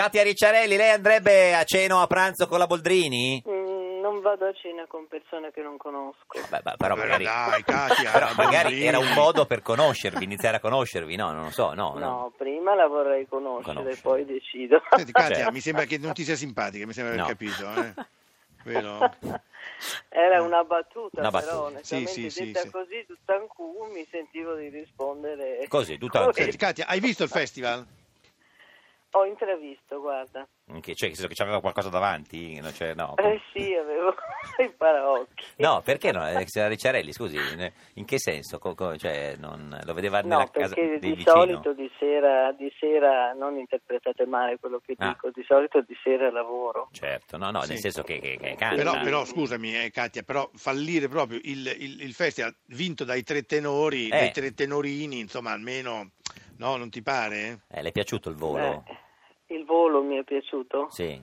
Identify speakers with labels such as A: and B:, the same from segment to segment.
A: Katia Ricciarelli, lei andrebbe a cena o a pranzo con la Boldrini?
B: Mm, non vado a cena con persone che non conosco.
A: Beh, beh, però
C: Però
A: magari,
C: dai, Katia,
A: però
C: la
A: magari
C: Boldrini.
A: era un modo per conoscervi, iniziare a conoscervi, no? Non lo so, no.
B: No,
A: no.
B: prima la vorrei conoscere,
A: Conoscere.
B: poi decido.
C: Senti, Katia,
A: Certo.
C: mi sembra che non ti sia simpatica, mi sembra di aver
A: No.
C: capito. eh. Vero?
B: Era una battuta,
A: Una battuta.
B: però onestamente
C: Sì, sì, sì,
B: detta
C: sì.
B: così, tutt'ancù, mi sentivo di rispondere.
A: Così, tutta-
C: Senti, Katia, hai visto il festival?
B: Ho intravisto, guarda.
A: Che, cioè, nel senso che c'aveva qualcosa davanti? No, cioè, no.
B: Eh sì, avevo i paraocchi.
A: No, perché no? Eh, signora Ricciarelli, scusi, ne- in che senso? Co- co- cioè, non- lo vedeva nella
B: No,
A: casa
B: perché
A: del
B: di
A: vicino?
B: solito di sera, di sera non interpretate male quello che
A: Ah.
B: dico, di solito di sera lavoro.
A: Certo, no, no, nel
C: Sì.
A: senso che, che, che canta.
C: Però, però, scusami, eh, Katia, però fallire proprio il, il- il festival vinto dai tre tenori,
A: Eh.
C: dai tre tenorini, insomma, almeno, no, non ti pare?
A: Eh, le è piaciuto il volo?
B: Eh, il volo mi è piaciuto.
A: Sì,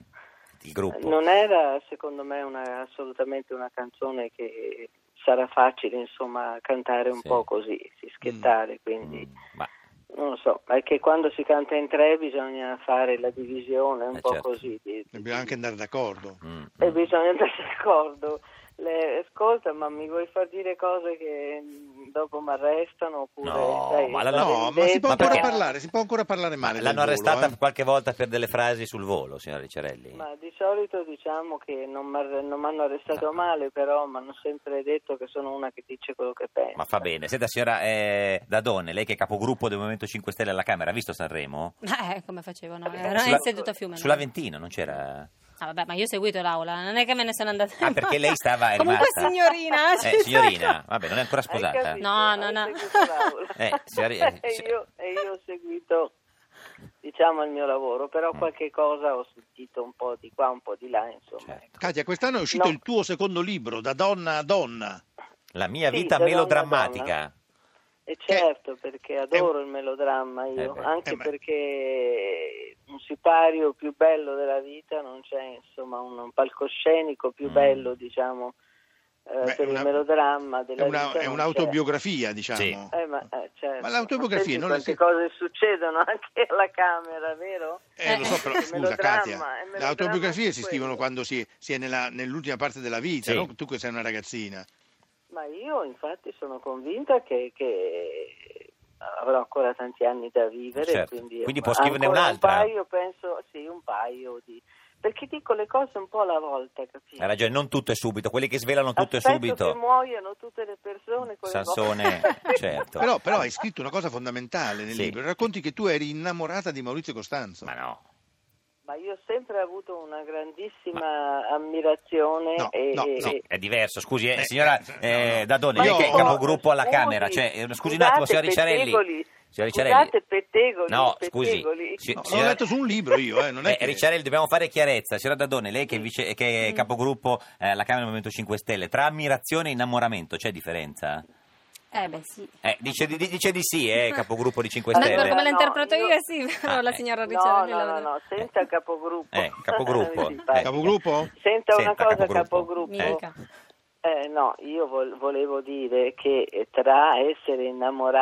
A: il gruppo.
B: Non era, secondo me, una- assolutamente una canzone che sarà facile, insomma, cantare un
A: Sì.
B: po' così, si schettare, quindi
A: Mm, ma,
B: non lo so, è che quando si canta in tre bisogna fare la divisione un
A: Eh,
B: po'
A: certo.
B: così di- di-
C: Dobbiamo anche andare d'accordo.
A: mm,
B: e
A: mm.
B: bisogna andare d'accordo. Le- ascolta, ma mi vuoi far dire cose che mm, dopo mi arrestano oppure
A: No,
B: sai,
A: ma la-
B: sono
C: No, ma si può
B: indetta.
A: Ma
C: ancora
A: perché-
C: parlare, si può ancora parlare male. del
A: L'hanno
C: volo,
A: arrestata
C: eh.
A: qualche volta per delle frasi sul volo, signora Ricciarelli?
B: Ma di solito diciamo che non mi hanno arrestato male, però mi hanno sempre detto che sono una che dice quello che pensa.
A: Ma fa bene. Senta, signora eh, Dadone, lei che è capogruppo del Movimento 5 Stelle alla Camera, ha visto Sanremo?
D: Eh, come facevano? Era
A: Sulla-
D: in seduta a fiume. no?
A: Sull'Aventino non c'era...
D: Ah, vabbè, ma io ho seguito l'aula, non è che me ne sono andata.
A: Ah, perché lei stava... è
D: Comunque,
A: rimasta-
D: signorina.
A: Eh, signorina, vabbè, non è ancora
B: ecco. Hai
A: sposata.
B: capito?
D: No, no,
B: Hai
D: no.
B: seguito l'aula.
A: Eh, signori-
B: e, io, e io ho seguito diciamo il mio lavoro, però
A: Mm.
B: qualche cosa ho sentito un po' di qua, un po' di là, insomma.
A: Certo.
C: Katia, quest'anno è uscito
B: No.
C: il tuo secondo libro, Da donna a donna.
A: La mia
B: Sì,
A: vita
B: da donna a
A: melodrammatica.
B: E certo, perché adoro il melodramma
A: Eh
B: io,
A: beh,
B: anche
C: eh beh.
B: perché un sipario più bello della vita non c'è, insomma, un, un palcoscenico più
A: Mm.
B: bello, diciamo, eh,
C: Beh,
B: per
C: una-
B: il melodramma della
C: è, una-
B: vita.
C: è
B: non
C: un'autobiografia, diciamo.
A: Sì.
B: c'è. Eh, ma, eh, certo.
C: Ma l'autobiografia
B: Ma senti
C: non è
B: quante
C: che-
B: cose succedono anche alla Camera, vero?
C: Eh, lo so, però
B: È
C: scusa
B: melodramma,
C: Katia,
B: è melodramma
C: le autobiografie
B: anche
C: si
B: quello.
C: scrivono quando si, si è nella- nell'ultima parte della vita,
A: Sì.
C: no? tu che sei una ragazzina.
B: Ma io infatti sono convinta che, che avrò ancora tanti anni da vivere.
A: Certo.
B: Quindi,
A: Quindi può scriverne
B: ancora
A: un'altra.
B: Un paio, penso, sì, un paio di... Perché dico le cose un po' alla volta, capito?
A: Ha ragione, non tutto è subito. Quelli che svelano tutto
B: Aspetto
A: è
B: che
A: subito.
B: muoiano tutte le persone con le
A: Sansone,
B: cose.
A: certo.
C: Però, però hai scritto una cosa fondamentale nel
A: Sì.
C: libro, racconti che tu eri innamorata di Maurizio Costanzo.
A: Ma no.
B: Ma io ho sempre avuto una grandissima ammirazione
C: No,
B: e...
C: no,
B: e-
C: no.
A: Sì, è diverso, scusi, eh,
C: Eh,
A: signora
C: no, no.
A: eh, Dadone,
C: Ma
A: lei che è
C: io-
A: capogruppo alla
B: Scusi,
A: Camera, cioè, eh, scusi un
B: scusate,
A: attimo, signora Ricciarelli.
B: pettegoli.
A: Signora
B: Scusate, pettegoli,
A: No, scusi.
B: pettegoli.
A: si-
C: No,
A: signora-
C: L'ho letto su un libro io, eh, non è
A: Eh,
C: che... Mm.
A: Ricciarelli, dobbiamo fare chiarezza. Signora Dadone, lei che è, vice- che è capogruppo eh, alla Camera del Movimento 5 Stelle, tra ammirazione e innamoramento c'è differenza?
D: Eh, beh, sì.
A: Eh, dice, di, dice di sì, eh, capogruppo di 5
B: Ma
D: Ma
B: Stelle.
D: per come
A: Stelle.
D: la interpreto
B: No,
D: io,
B: io-
D: sì, però
A: Ah,
D: la
A: eh.
D: signora
B: No,
D: Ricciarelli
B: no,
D: la
B: no,
D: vedrà.
B: no, senza capogruppo.
A: Eh, capogruppo,
B: Mi pare.
A: eh.
C: Capogruppo?
B: Senta una
A: Senta,
B: cosa,
A: capogruppo.
B: capogruppo.
D: Mi dica.
B: Eh, no, io vol- volevo dire che tra essere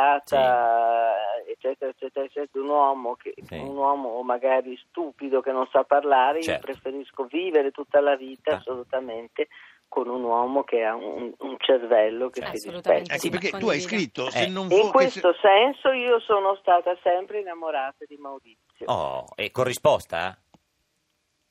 B: innamorata, eccetera, eccetera, eccetera, di un uomo, che,
A: Sì.
B: un uomo magari stupido che non sa parlare,
A: Certo.
B: io preferisco vivere tutta la vita
A: Ah.
B: assolutamente con un uomo che ha un, un cervello che
D: Certo.
B: si
D: Assolutamente.
B: rispetta.
C: Ecco,
D: Sì,
C: perché
D: ma
C: tu hai
D: condivido.
C: scritto, se
A: Eh.
C: non
B: In
C: fu... che se-
B: questo senso io sono stata sempre innamorata di Maurizio.
A: Oh, Eh, e con risposta?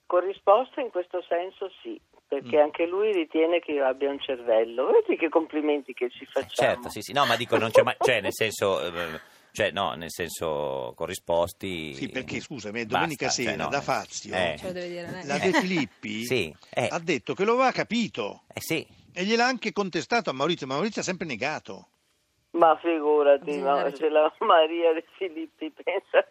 B: Con risposta in questo senso sì, perché
C: Mm.
B: anche lui ritiene che io abbia un cervello. Vedi che complimenti che ci facciamo.
A: Certo, sì, sì. No, ma dico, non c'è mai... Cioè, nel senso... eh, Cioè, no, nel senso, corrisposti...
C: Sì, perché, scusami,
A: Basta,
C: domenica sera,
A: cioè, no,
C: da
A: nel-
C: Fazio,
A: Eh,
D: Ce lo deve dire lei.
C: La De Filippi
A: Sì, eh.
C: ha detto che lo aveva capito
A: eh sì.
C: e gliel'ha anche contestato a Maurizio, ma Maurizio ha sempre negato.
B: Ma figurati,
D: Bisogna
B: ma
D: dare-
B: se la Maria De Filippi pensa...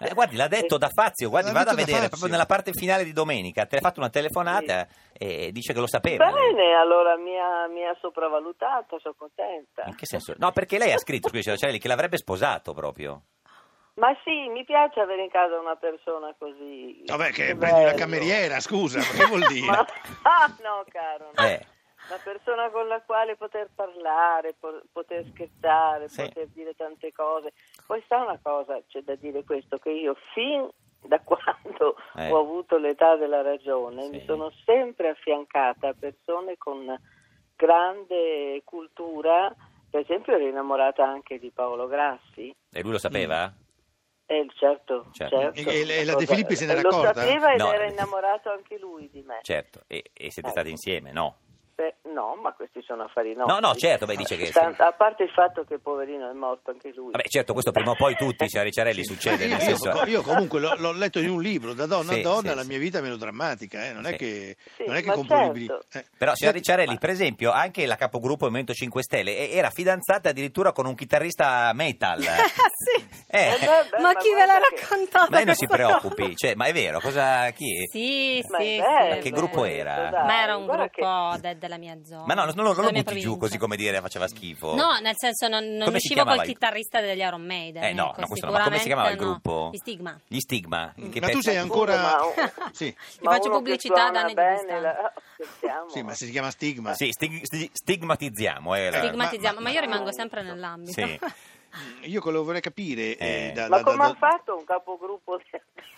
A: Eh, guardi, l'ha detto da Fazio, guardi,
C: L'ha
A: vado a
C: detto Da
A: vedere,
C: Fazio.
A: proprio nella parte finale di domenica, te- ha fatto una telefonata e dice che lo sapeva.
B: Bene, allora mi ha, mi ha sopravvalutato, sono contenta.
A: In che senso? No, perché lei ha scritto, scusi, signora Cerelli, che l'avrebbe sposato proprio.
B: Ma sì, mi piace avere in casa una persona così...
C: Vabbè, che
B: bello.
C: prendi una cameriera, scusa, ma che vuol dire?
B: Ma... Ah, no, caro, no.
A: Eh,
B: Una persona con la quale poter parlare, po- poter scherzare,
A: Mm. Sì.
B: poter dire tante cose. Poi sta una cosa, c'è da dire questo, che io fin da quando
A: Eh.
B: ho avuto l'età della ragione,
A: Sì.
B: mi sono sempre affiancata a persone con grande cultura, per esempio ero innamorata anche di Paolo Grassi,
A: E lui lo sapeva?
C: Mm.
B: eh, certo,
A: Certo.
B: certo.
C: E- e- e la
B: Cosa-
C: De Filippi se n'era
B: lo
C: accorta?
B: sapeva ed
A: No.
B: era innamorato anche lui di me.
A: Certo. E, e siete
B: Eh.
A: stati insieme? No.
B: Beh, no, ma questi sono affari nostri.
A: No, no, certo, beh, dice che-
B: Tanto- a parte il fatto che poverino è morto anche lui.
A: Vabbè, certo, questo prima o poi tutti, signor Ricciarelli, succede.
C: Eh, Io,
A: Cioè, Nel
C: io-
A: senso...
C: io comunque l'ho, l'ho letto in un libro, da donna
A: Sì,
C: a donna
A: sì,
C: la
A: sì.
C: mia vita è meno drammatica, eh, non,
A: Sì.
C: è che,
B: Sì,
C: non è che
B: ma
C: componibilità.
B: certo.
C: eh.
A: Però, signor Ricciarelli,
B: ma-
A: per esempio, anche la capogruppo del Movimento 5 Stelle e- era fidanzata addirittura con un chitarrista metal.
D: Ah, sì.
A: Eh,
B: Eh, beh,
D: ma, chi ve l'ha
B: guarda che-
D: raccontata?
A: ma lei non si
D: questa cosa?
A: preoccupi, cioè, ma è vero, cosa, chi è?
D: Sì,
B: Ma è
D: sì,
B: bello, eh.
A: Ma
D: sì,
A: che
D: è
A: gruppo
D: vero.
A: era?
B: dai,
D: Ma era un
B: guarda
D: gruppo de- della mia zona.
A: Ma no, non, non
D: della
A: lo
D: mia
A: butti giù
D: provincia.
A: così come dire faceva schifo.
D: No, nel senso non, non
A: Come si
D: uscivo
A: chiamava
D: col
A: il-
D: chitarrista degli Iron Maiden.
A: Eh, no,
D: ecco,
A: no, questo no. Ma come si chiamava il
D: sicuramente no.
A: gruppo?
D: Gli Stigma.
A: Gli Stigma. in che
C: Ma tu
A: pezzo-
C: sei ancora...
B: Scusa, ma-
C: Sì.
D: Ti faccio
B: uno che
D: pubblicità ad
B: suona
D: anni di
B: bene,
D: distanza.
B: la- scherziamo.
C: Sì, ma si chiama stigma.
A: Sì, stig- sti- stigmatizziamo. eh, la-
D: Stigmatizziamo, ma,
C: ma-
D: io
B: ma-
D: rimango sempre nell'ambito.
A: Sì.
C: Io quello vorrei capire... eh,
A: Eh.
C: da-
B: Ma
C: da- da-
B: come ha
C: da-
B: fatto un capogruppo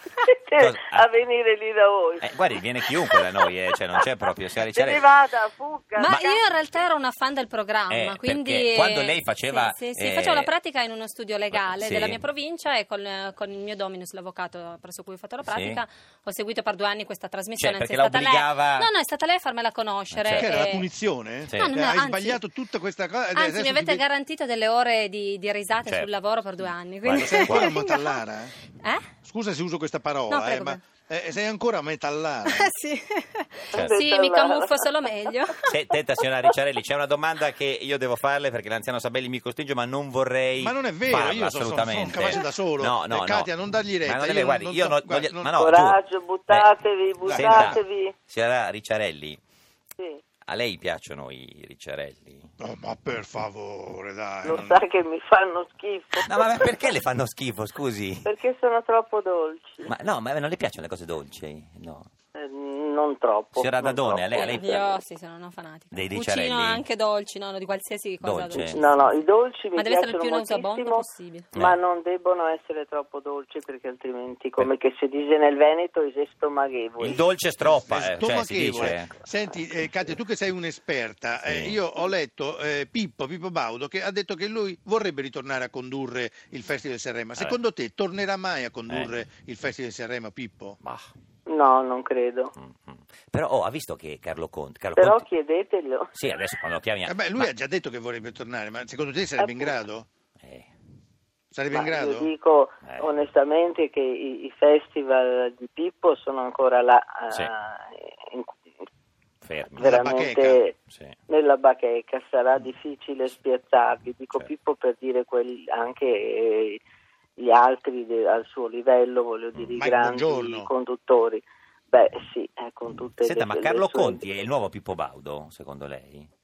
A: Cosa-
B: a venire lì da voi?
A: Eh, guardi, viene chiunque da noi, eh, cioè, non c'è proprio, signora
B: Se
A: Ricciarelli.
B: ne vada, fuga.
D: Ma io in realtà ero una fan del
A: Eh,
D: programma,
A: perché
D: quindi
A: quando lei faceva,
D: sì, sì, sì,
A: eh,
D: facevo la pratica in uno studio legale
A: sì.
D: della mia provincia e con, con il mio dominus, l'avvocato presso cui ho fatto la
A: Sì.
D: pratica, ho seguito per due anni questa trasmissione.
A: Cioè,
D: anzi,
A: perché
D: è
A: la
D: stata lei-
A: obbligava-
D: No, no, è stata lei a farmela conoscere.
A: Ma cioè,
C: Che era
D: e-
C: la
B: Eh.
C: punizione?
A: Sì.
D: No, no, no,
C: Eh, hai
D: anzi-
C: sbagliato tutta questa cosa. e
D: Anzi,
C: adesso
D: mi avete
C: ti-
D: garantito delle ore di, di risate
A: Certo.
D: sul lavoro per due anni.
A: Guarda,
D: Quindi...
C: Sei ancora
A: No.
C: metallara?
D: Eh?
C: Scusa se uso questa parola,
D: No, prego,
C: eh, ma
D: prego.
C: eh, sei ancora metallara?
D: sì.
A: Certo.
D: sì, mi camuffo solo meglio.
A: Se- Senta, signora Ricciarelli, c'è una domanda che io devo farle perché l'anziano Sabelli mi costringe, ma non vorrei.
C: Ma non è vero,
A: farla,
C: io sono- sono-
A: assolutamente.
C: sono capace da solo.
A: No, no,
C: Eh,
A: no.
C: Katia, non dargli retta,
A: Ma non è
C: io
A: vero,
C: non-
A: guardi,
C: non
A: io
C: so-
A: non-
C: guarda,
A: voglio-
C: non-
A: ma no,
B: Coraggio,
A: giuro.
B: buttatevi,
A: senta,
B: buttatevi.
A: signora Ricciarelli,
B: Sì,
A: a lei piacciono i Ricciarelli?
C: No, Oh, ma per favore, dai.
B: lo
C: non-
B: sa che mi fanno schifo.
A: Ehm. No, ma perché le fanno schifo, scusi?
B: Perché sono troppo dolci.
A: Ma no, ma non le piacciono le cose dolci? No.
B: Eh, non troppo.
A: Signora
B: non
A: Dadone, a lei- a lei-
B: troppo.
D: Io sì, sono una fanatica.
A: Dei
D: Cucino
A: ricciarelli?
D: anche dolci, no, no, di qualsiasi cosa
A: Dolce.
D: dolce.
B: No, no, i dolci mi
D: Ma deve essere il
B: piacciono
D: più nauseabondo
B: moltissimo,
D: possibile.
B: ma
A: Eh.
B: non debbono essere troppo dolci perché altrimenti, come che si dice nel Veneto, i
A: Il
B: stomaghevoli.
A: dolce stroppa,
C: è
A: eh, cioè si dice.
C: stomachevole. Senti, eh, Katia, tu che sei un'esperta, eh,
A: Sì.
C: io ho letto eh, Pippo, Pippo Baudo, che ha detto che lui vorrebbe ritornare a condurre il Festival di Sanremo.
A: Vabbè. Eh.
C: Secondo te tornerà mai a condurre il Festival di Sanremo, Pippo?
A: Bah,
B: No, non credo.
A: mm, mm. Però oh, ha visto che Carlo Conte. Carlo
B: Però
A: Conte-
B: chiedeteglielo.
A: Sì, adesso quando lo chiami.
C: Eh beh, lui
A: ma-
C: ha già detto che vorrebbe tornare, ma secondo te sarebbe in
B: Appunto.
C: grado?
A: eh,
C: Sarebbe in
B: Ma
C: grado?
B: Io dico
A: Eh.
B: onestamente che i, i festival di Pippo sono ancora là, eh,
A: Sì.
B: in-
A: fermi.
C: Vera-
B: veramente
A: Sì.
B: nella bacheca, sarà
C: Mm.
B: difficile spiazzarvi. Dico
A: Certo.
B: Pippo per dire quelli- anche eh, gli altri de- al suo livello, voglio dire, i
C: Mike
B: grandi
C: Bongiorno.
B: conduttori. Beh sì, eh, con tutte
A: Senta,
B: le
A: ma
B: le
A: Carlo
B: sue-
A: Conti è il nuovo Pippo Baudo, secondo lei?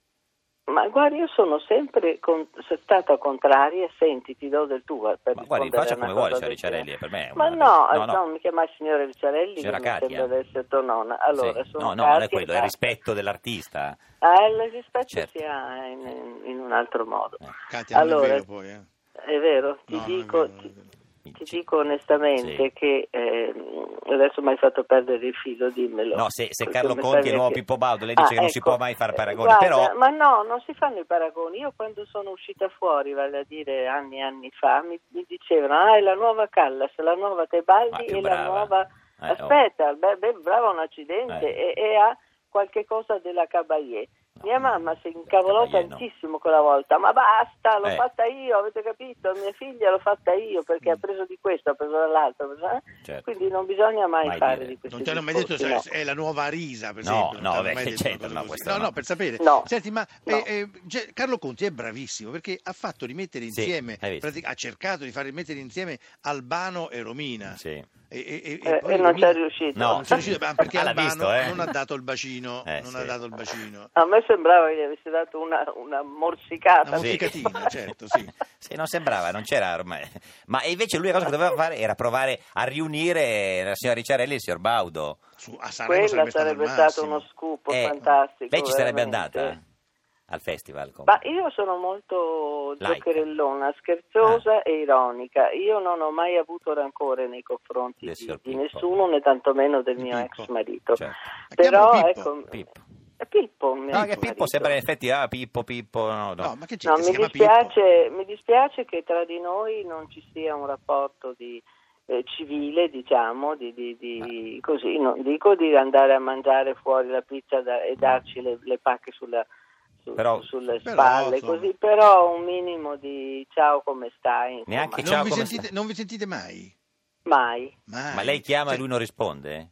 B: Ma guarda, io sono sempre con- stata contraria, senti, ti do del tuo per
A: Ma guardi,
B: rispondere
A: faccia
B: a una
A: come vuole,
B: cosa
A: signor
B: del genere.
A: Ricciarelli, eh, per me è
B: Ma
A: una-
B: no,
A: no,
B: no,
A: no.
B: mi chiama signora Ricciarelli,
A: Signora
B: che mi
A: Katia.
B: sembra di essere tua nonna. Allora,
A: Sì.
B: sono
A: no, no, non è
B: Katia
A: quello, è
B: e-
A: rispetto dell'artista.
B: Ah, il rispetto
A: Certo.
B: si ha in, in un altro modo.
A: Eh,
C: Katia, non
B: Allora,
C: è vero poi, eh.
B: È vero, ti
C: No, non è
B: dico...
C: vero, non è
B: ti-
C: vero.
B: ti dico onestamente
A: Sì.
B: che ehm, adesso mi hai fatto perdere il filo, dimmelo. Cioè,
A: No, se- se
B: Perché
A: Carlo
B: mi
A: Conti è
B: stavi
A: il nuovo
B: a chied-
A: Pippo Baudo, lei dice che non si può mai fare paragoni,
B: Ah, ecco. Eh, guarda,
A: però-
B: Ma no, non si fanno i paragoni. Io quando sono uscita fuori, vale a dire anni e anni fa, mi, mi dicevano, ah, è la nuova Callas, la nuova
A: Ma
B: Tebaldi
A: più
B: e la
A: brava.
B: nuova...
A: Eh, oh.
B: Aspetta, beh, beh, brava un accidente
A: Eh.
B: e, e ha qualche cosa della Caballé.
A: No,
B: Mia mamma si incavolò
A: Caballé no.
B: tantissimo quella volta, ma basta, l'ho
A: Eh.
B: fatta io, avete capito? Mia figlia l'ho fatta io perché ha preso di questo, ha preso dall'altro, ha preso- eh?
A: Mm. Certo.
B: quindi non bisogna mai,
A: Mai
B: fare
A: dire.
B: di questo.
C: Non ti hanno mai detto se è la nuova risa, per
A: No,
C: esempio.
A: no,
C: non ti hanno
A: vabbè,
C: mai
A: che
C: detto
A: c'entra,
C: una cosa
A: no,
C: così.
A: questo
C: no,
A: no.
C: no, per sapere.
B: No.
C: Senti, ma
B: No.
C: eh, eh, Ge- Carlo Conti è bravissimo perché ha fatto rimettere
A: Sì,
C: insieme,
A: hai visto.
C: pratic- ha cercato di far rimettere insieme Albano e Romina.
A: Sì.
C: E, e- e-
B: Eh, E,
C: poi
B: non ci
C: Romina-
B: è riuscito.
A: No.
C: Non sono riuscito, ma perché
A: Ah, l'ha
C: Albano
A: visto, eh.
C: non ha dato il bacino,
A: Eh,
C: non
A: sì.
C: ha dato il bacino.
B: A me sembrava che gli avesse dato una, una morsicata.
C: Una
A: Sì.
C: morsicatina, certo, sì.
A: Sì, non sembrava, non c'era ormai. Ma invece l'unica cosa che doveva fare era provare a riunire la signora Ricciarelli e il signor Baudo.
C: Su- a Sanremo
B: Quella
C: sarebbe stato,
B: sarebbe
C: il
B: stato
C: massimo.
B: uno scoop
A: Eh,
B: fantastico.
A: Lei ci sarebbe
B: veramente.
A: andata? al festival? come?
B: Ma io sono molto
A: Laica. Eh.
B: giocherellona, scherzosa e ironica. Io non ho mai avuto rancore nei confronti
A: Del
B: di,
A: signor
B: di
A: Pippo.
B: nessuno, né tantomeno del
C: Di
B: mio
C: Pippo.
B: ex marito.
A: Certo.
B: Però
C: chiamalo Pippo.
B: ecco,
A: Pippo.
B: è Pippo il mio
A: No,
B: ex
A: che Pippo
B: marito.
A: sembra in effetti, ah, Pippo, Pippo, no, no.
C: No, ma che c'è?
B: No,
C: che
B: mi
C: si chiama
B: dispiace, mi dispiace che tra di noi non ci sia un rapporto di, eh, civile, diciamo, di, di- di- così, non dico di andare a mangiare fuori la pizza da- e darci le, le pacche sulla- su-
A: Però-
B: sulle
C: però,
B: spalle,
C: insomma.
B: così, però un minimo di ciao come stai, insomma,
A: Neanche
C: Pippo.
A: ciao,
C: Non vi,
A: come
C: sentite, non vi sentite mai?
B: mai.
C: Mai.
A: Ma lei chiama e
C: Cioè,
A: lui non risponde?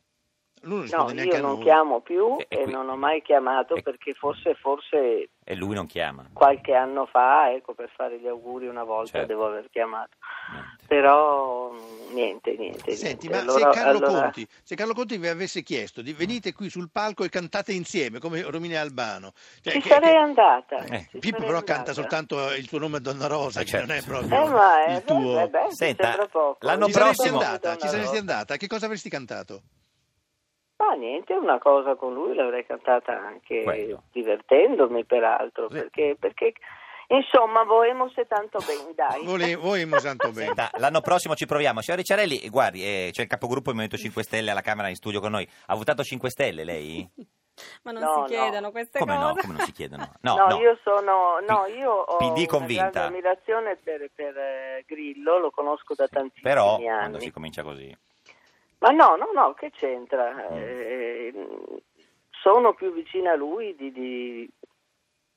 C: lui non
B: No,
C: risponde neanche
B: io
C: a
B: non
C: noi.
B: chiamo più
A: E
B: e,
A: qui-
B: non ho mai chiamato
A: e-
B: perché forse, forse
A: E lui non chiama?
B: qualche anno fa, ecco, per fare gli auguri una volta
A: Certo.
B: devo aver chiamato.
A: Niente.
B: però mh, niente, niente.
C: Senti, ma
B: niente.
C: se,
B: Allora-
C: Carlo
B: allora-
C: Conti, se Carlo Conti vi avesse chiesto di venite qui sul palco e cantate insieme come Romina Albano, cioè,
B: ci
C: che-
B: sarei
C: che-
B: andata.
A: Eh,
B: ci
C: Pippo
B: sarei
C: però
B: andata.
C: canta soltanto il tuo nome a Donna Rosa,
A: Eh,
C: che
A: certo.
C: non è proprio
B: Eh, ma è,
C: il tuo.
B: beh, beh, mi
A: Senta,
B: sembra poco.
A: l'anno
C: ci
B: Io
C: saresti
A: prossimo-
B: sono
C: andata, ci
B: donna
C: saresti
B: rosa.
C: andata, che cosa avresti cantato?
B: Ma niente, una cosa con lui l'avrei cantata anche
A: Quello.
B: divertendomi peraltro,
A: Sì.
B: perché, perché insomma, voemo se tanto bene, dai.
C: Vole- voemo tanto bene.
A: Senta, l'anno prossimo ci proviamo. Signor Ricciarelli, guardi, eh, c'è il capogruppo del Movimento 5 Stelle alla Camera in studio con noi. Ha votato 5 Stelle lei?
D: Ma non
B: No,
D: si
B: no.
D: chiedono queste
A: Come
D: cose.
A: no? Come non si chiedono? No,
B: no,
A: no.
B: io sono no,
A: P-
B: io ho
A: PD
B: una grande
A: convinta.
B: ammirazione per, per, eh, Grillo, lo conosco da tantissimi
A: Però,
B: anni.
A: quando si comincia così...
B: Ma no, no, no, che c'entra?
A: Mm.
B: Eh, sono più vicina a lui di... di-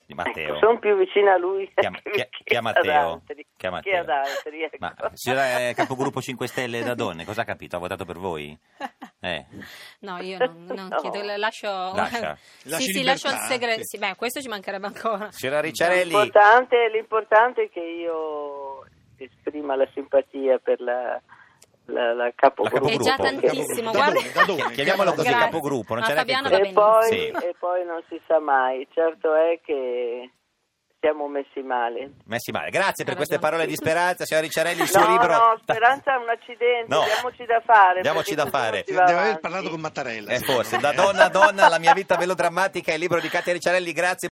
A: Di Matteo.
B: ecco, sono più vicina a lui
A: Chiama-
B: che,
A: chia-
B: che
A: chiama
B: ad
A: Matteo.
B: altri.
A: Chiama
B: che ad
A: Matteo.
B: altri, ecco.
A: Ma signora eh, capogruppo 5 Stelle da donne, cosa ha capito? Ha votato per voi? Eh,
D: No, io non, non
B: No.
D: chiedo, lascio...
A: Lascia.
D: sì,
C: Lasci
D: sì, lascio il
C: libertà,
D: segreto.
C: sì.
D: Sì, beh, questo ci mancherebbe ancora.
A: signora Ricciarelli,
B: l'importante, l'importante è che io esprima la simpatia per la, la, la capogruppo.
A: capogruppo.
D: È già
C: Da
D: tantissimo, guarda.
C: dove? Da dove?
A: chiamiamolo così
D: Grazie.
A: capogruppo, non
D: Ma
A: c'è neanche
D: Fabiano
A: quello.
D: va
B: E
D: bene.
B: poi,
A: Sì.
B: e poi non si sa mai, certo è che siamo messi male.
A: messi male. Grazie per
D: Ha
A: queste
D: ragione.
A: parole di speranza, signora Ricciarelli, il suo
B: no,
A: libro...
B: no, speranza è un accidente,
A: No.
B: diamoci da fare.
A: Diamoci
B: perché
A: da
B: così
A: fare.
B: non si va
C: Cioè, Deve aver
B: avanti.
C: parlato con Mattarella.
A: Eh,
C: secondo
A: forse,
C: me.
A: da donna a donna, la mia vita melodrammatica, il libro di Katia Ricciarelli, grazie.